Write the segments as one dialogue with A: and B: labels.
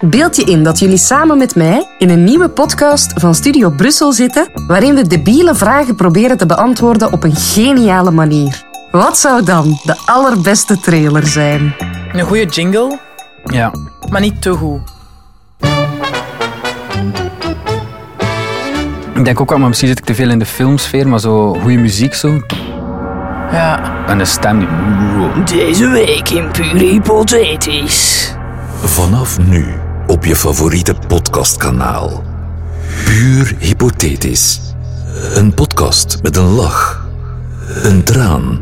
A: Beeld je in dat jullie samen met mij in een nieuwe podcast van Studio Brussel zitten, waarin we debiele vragen proberen te beantwoorden op een geniale manier. Wat zou dan de allerbeste trailer zijn?
B: Een goede jingle,
C: Ja.
B: maar niet te goed.
C: Ik denk ook wel, maar misschien zit ik te veel in de filmsfeer, maar zo goede muziek zo.
B: Ja.
C: En een stem die...
D: Deze week in Puur Hypothetisch.
E: Vanaf nu op je favoriete podcastkanaal. Puur hypothetisch. Een podcast met een lach, een traan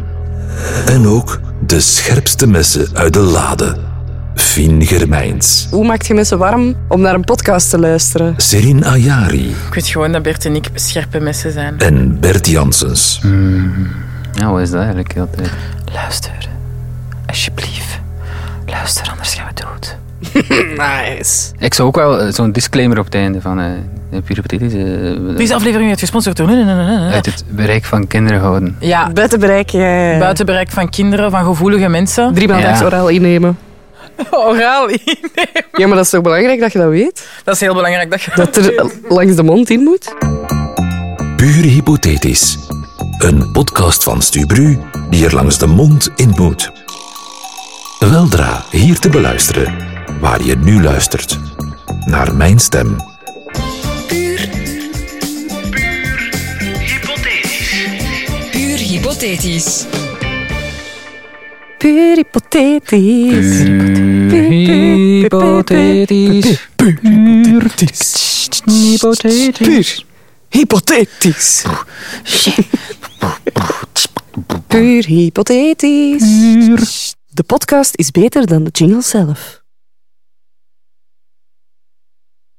E: en ook de scherpste messen uit de lade. Fien Germijns,
F: Hoe maakt je mensen warm om naar een podcast te luisteren?
E: Serin Ayari
B: Ik weet gewoon dat Bert en ik scherpe messen zijn.
E: en Bert Janssens.
C: Ja, wat is dat eigenlijk? heel de tijd?
B: Luister. Alsjeblieft. Luister, anders gaan we dood.
F: Nice.
C: Ik zou ook wel eh, zo'n disclaimer op het einde van... eh de hypothetisch, eh,
B: Deze aflevering werd gesponsord door...
C: uit het bereik van kinderen houden.
B: Ja,
F: Buiten bereik, ja. ja.
B: buiten bereik van kinderen, van gevoelige mensen.
F: Drie maal
C: Ja.
F: dags oraal innemen.
B: Oraal in.
F: Ja, maar dat is toch belangrijk dat je dat weet?
B: Dat is heel belangrijk. Dat je...
F: Dat er langs de mond in moet?
E: Puur hypothetisch. Een podcast van Stubru die er langs de mond in moet. Weldra hier te beluisteren, waar je nu luistert. Naar mijn stem.
G: Puur hypothetisch.
F: Puur hypothetisch.
C: Hypothetisch. Hypothetisch.
F: Hypothetisch. Puur hypothetisch. De podcast is beter dan de jingle zelf.